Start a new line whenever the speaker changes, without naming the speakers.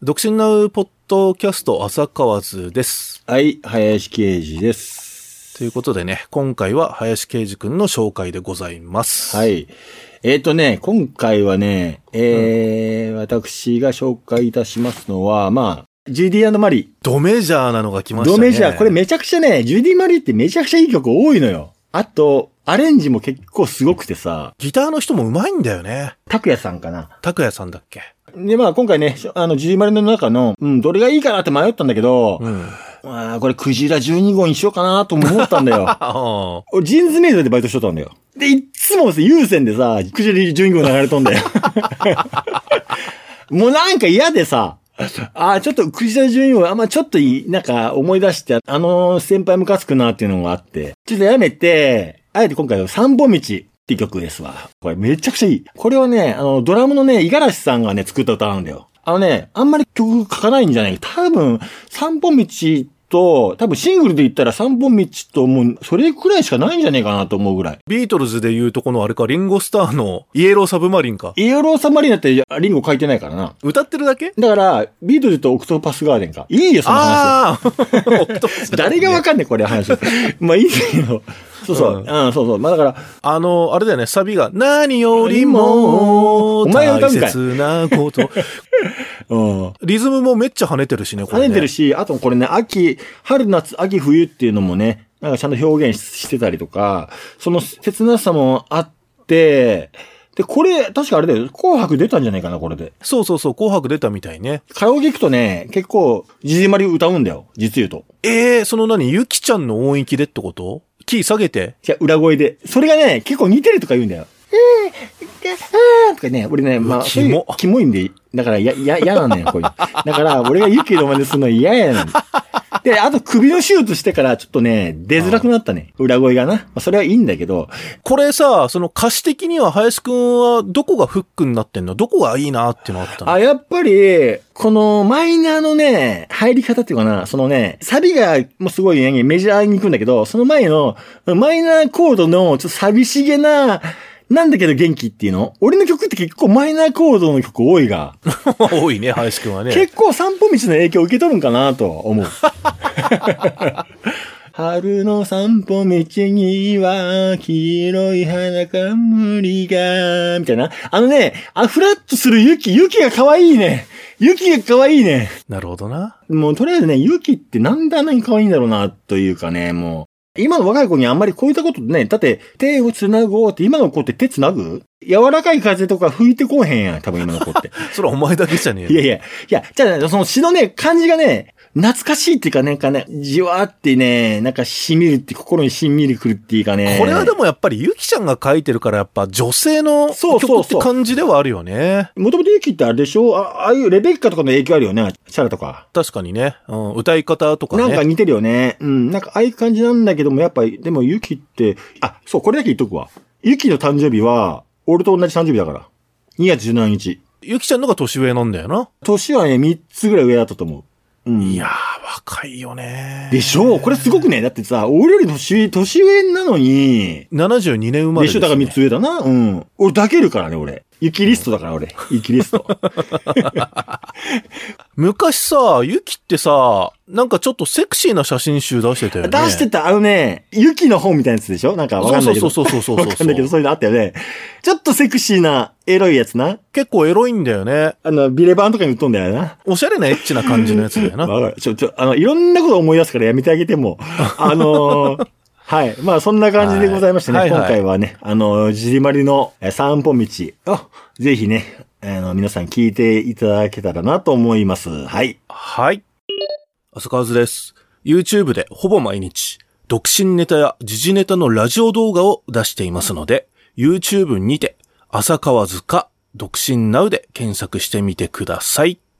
独身なうポッドキャスト浅川図です。
はい、林刑事です。
ということでね、今回は林圭司くんの紹介でございます。
は。い。えっ、とね、今回はね、えー私が紹介いたしますのは、まあ、ジュディマリ
ドメジャーなのが来ましたね。
ドメジャー、これめちゃくちゃね、ジュディマリってめちゃくちゃいい曲多いのよ。あと、アレンジも結構すごくてさ、
ギターの人も上手いんだよね。
拓也さんかな。
拓也さんだっけ
で、まあ今回ね、あの、ジュディマリの中の、うん、どれがいいかなって迷ったんだけど、
うん。
あーこれクジラ12号にしようかなとも思ったんだよ。
ああ。
俺、ジーンズメイドでバイトしとったんだよ。で、いっつもさ、優先でさ、くじり順位を流れとんだよ。もうなんか嫌でさ、あーちょっと、クジラ順位をあんまちょっといい、なんか思い出して、あの先輩ムカつくなっていうのがあって、ちょっとやめて、あえて今回は三本道っていう曲ですわ。これめちゃくちゃいい。これはね、あの、ドラムのね、五十嵐さんがね、作った歌なんだよ。あのね、あんまり曲書かないんじゃない多分、三本道と、多分シングルで言ったら三本道ともう、それくらいしかないんじゃねえかなと思うぐらい。
ビートルズで言うとこのあれか、リンゴスターのイエローサブマリンか。
イエローサマリーナってリンゴ書いてないからな。
歌ってるだけ
だから、ビートルズとオクトパスガーデンか。いいよ、その話。
ああオクトパスだ
誰がわかんねえ、これ話。 まあいいんだけど。そうそう。
う
うんん、そうそう。まあだから、
あの、あれだよね、サビが、何よりも、
お前が歌
大
うんかい
切なこと。
うん。
リズムもめっちゃ跳ねてるしね、こ
跳
れ、ね。
ねてるし、あとこれね、秋、春、夏、秋、冬っていうのもね、なんかちゃんと表現ししてたりとか、その切なさもあって、で、これ、確かあれだよ、紅白出たんじゃないかな、これで。
そうそうそう、紅白出たみたいね。
カラオケ行くとね、結構、じじまり歌うんだよ、実言うと。
ええー、その何ゆきちゃんの音域でってことキー下げて。
じゃ裏声で。それがね、結構似てるとか言うんだよ。えー、えー、とかね、俺ね、まあ、
キモ
そういうキモいんで、だから、や、や、嫌なんだよ、こういうの。だから、俺がユキの真似するの嫌やねん。で、あと首の手術してから、ちょっとね、出づらくなったね。裏声がな。まあ、それはいいんだけど、
これさ、その歌詞的には林くんはどこがフックになってんのどこがいいなっていうのあったの
あ、やっぱり、このマイナーのね、入り方っていうかな、そのね、サビがもうすごいメジャーに行くんだけど、その前のマイナーコードのちょっと寂しげな、なんだけど元気っていうの俺の曲って結構マイナーコードの曲多いが、
多いね、林くんはね。
結構散歩道の影響を受け取るんかなとは思う。春の散歩道には黄色い花冠が、みたいな。あのね、あフラッとする雪、雪が可愛いね。雪が可愛いね。
なるほどな。
もうとりあえずね、雪ってなんであんなに可愛いんだろうな、というかね、もう。今の若い子にあんまりこういったことね、だって手を繋ごうって今の子って手繋ぐ柔らかい風とか吹いてこうへんやん、多分今の子って。
それはお前だけじゃねえ
いや
よ。
いや、いや、じゃあね、その詩のね、感じがね、懐かしいっていうか、なんかね、じわーってね、なんかしみるって、心にしみりくるっていうかね。
これはで
も、
もやっぱりゆきちゃんが書いてるからやっぱ女性の
そうそ
曲
う
って
そう
感じではあるよね。
もともとユキってあれでしょあああいうレベッカとかの影響あるよね、シャラとか。
確かにね、うん。歌い方とかね。
なんか似てるよね。うん。なんかああいう感じなんだけども、やっぱり、でもユキって、あ、そう、これだけ言っとくわ。ユキの誕生日は、俺と同じ誕生日だから。2月17日。
ゆきちゃんのが年上なんだよな。
年はね、3つぐらい上だったと思う。うん。
いやー、若いよね。
でしょこれすごくね。だってさ、俺より年上、年上なのに、
72年生まれ
でしょだから3つ上だな。うん。俺抱けるからね、俺。雪リストだから、俺。雪リスト。
昔さ、ユキってさ、なんかちょっとセクシーな写真集出してたよね。
出してた、あのね、雪の本みたいなやつでしょなんかわかんないけど。
そうそうそうそうそうそう
わかんないけど、そういうのあったよね。ちょっとセクシーな、エロいやつな。
結構エロいんだよね。
あの、ビレバンとかに売っとんだよな。
おしゃれなエッチな感じのやつだよな。
わかる。ちょ、ちょ、あの、いろんなこと思い出すからやめてあげて も。あのーはい。まあ、そんな感じでございましてね。
はいはいはい
今回はね、あのー、じりまりのえー散歩道を、ぜひね、あの、皆さん聞いていただけたらなと思います。はい。
はい。浅川図です。YouTube でほぼ毎日、独身ネタや時事ネタのラジオ動画を出していますので、YouTube にて、浅川図か、独身ナウで検索してみてください。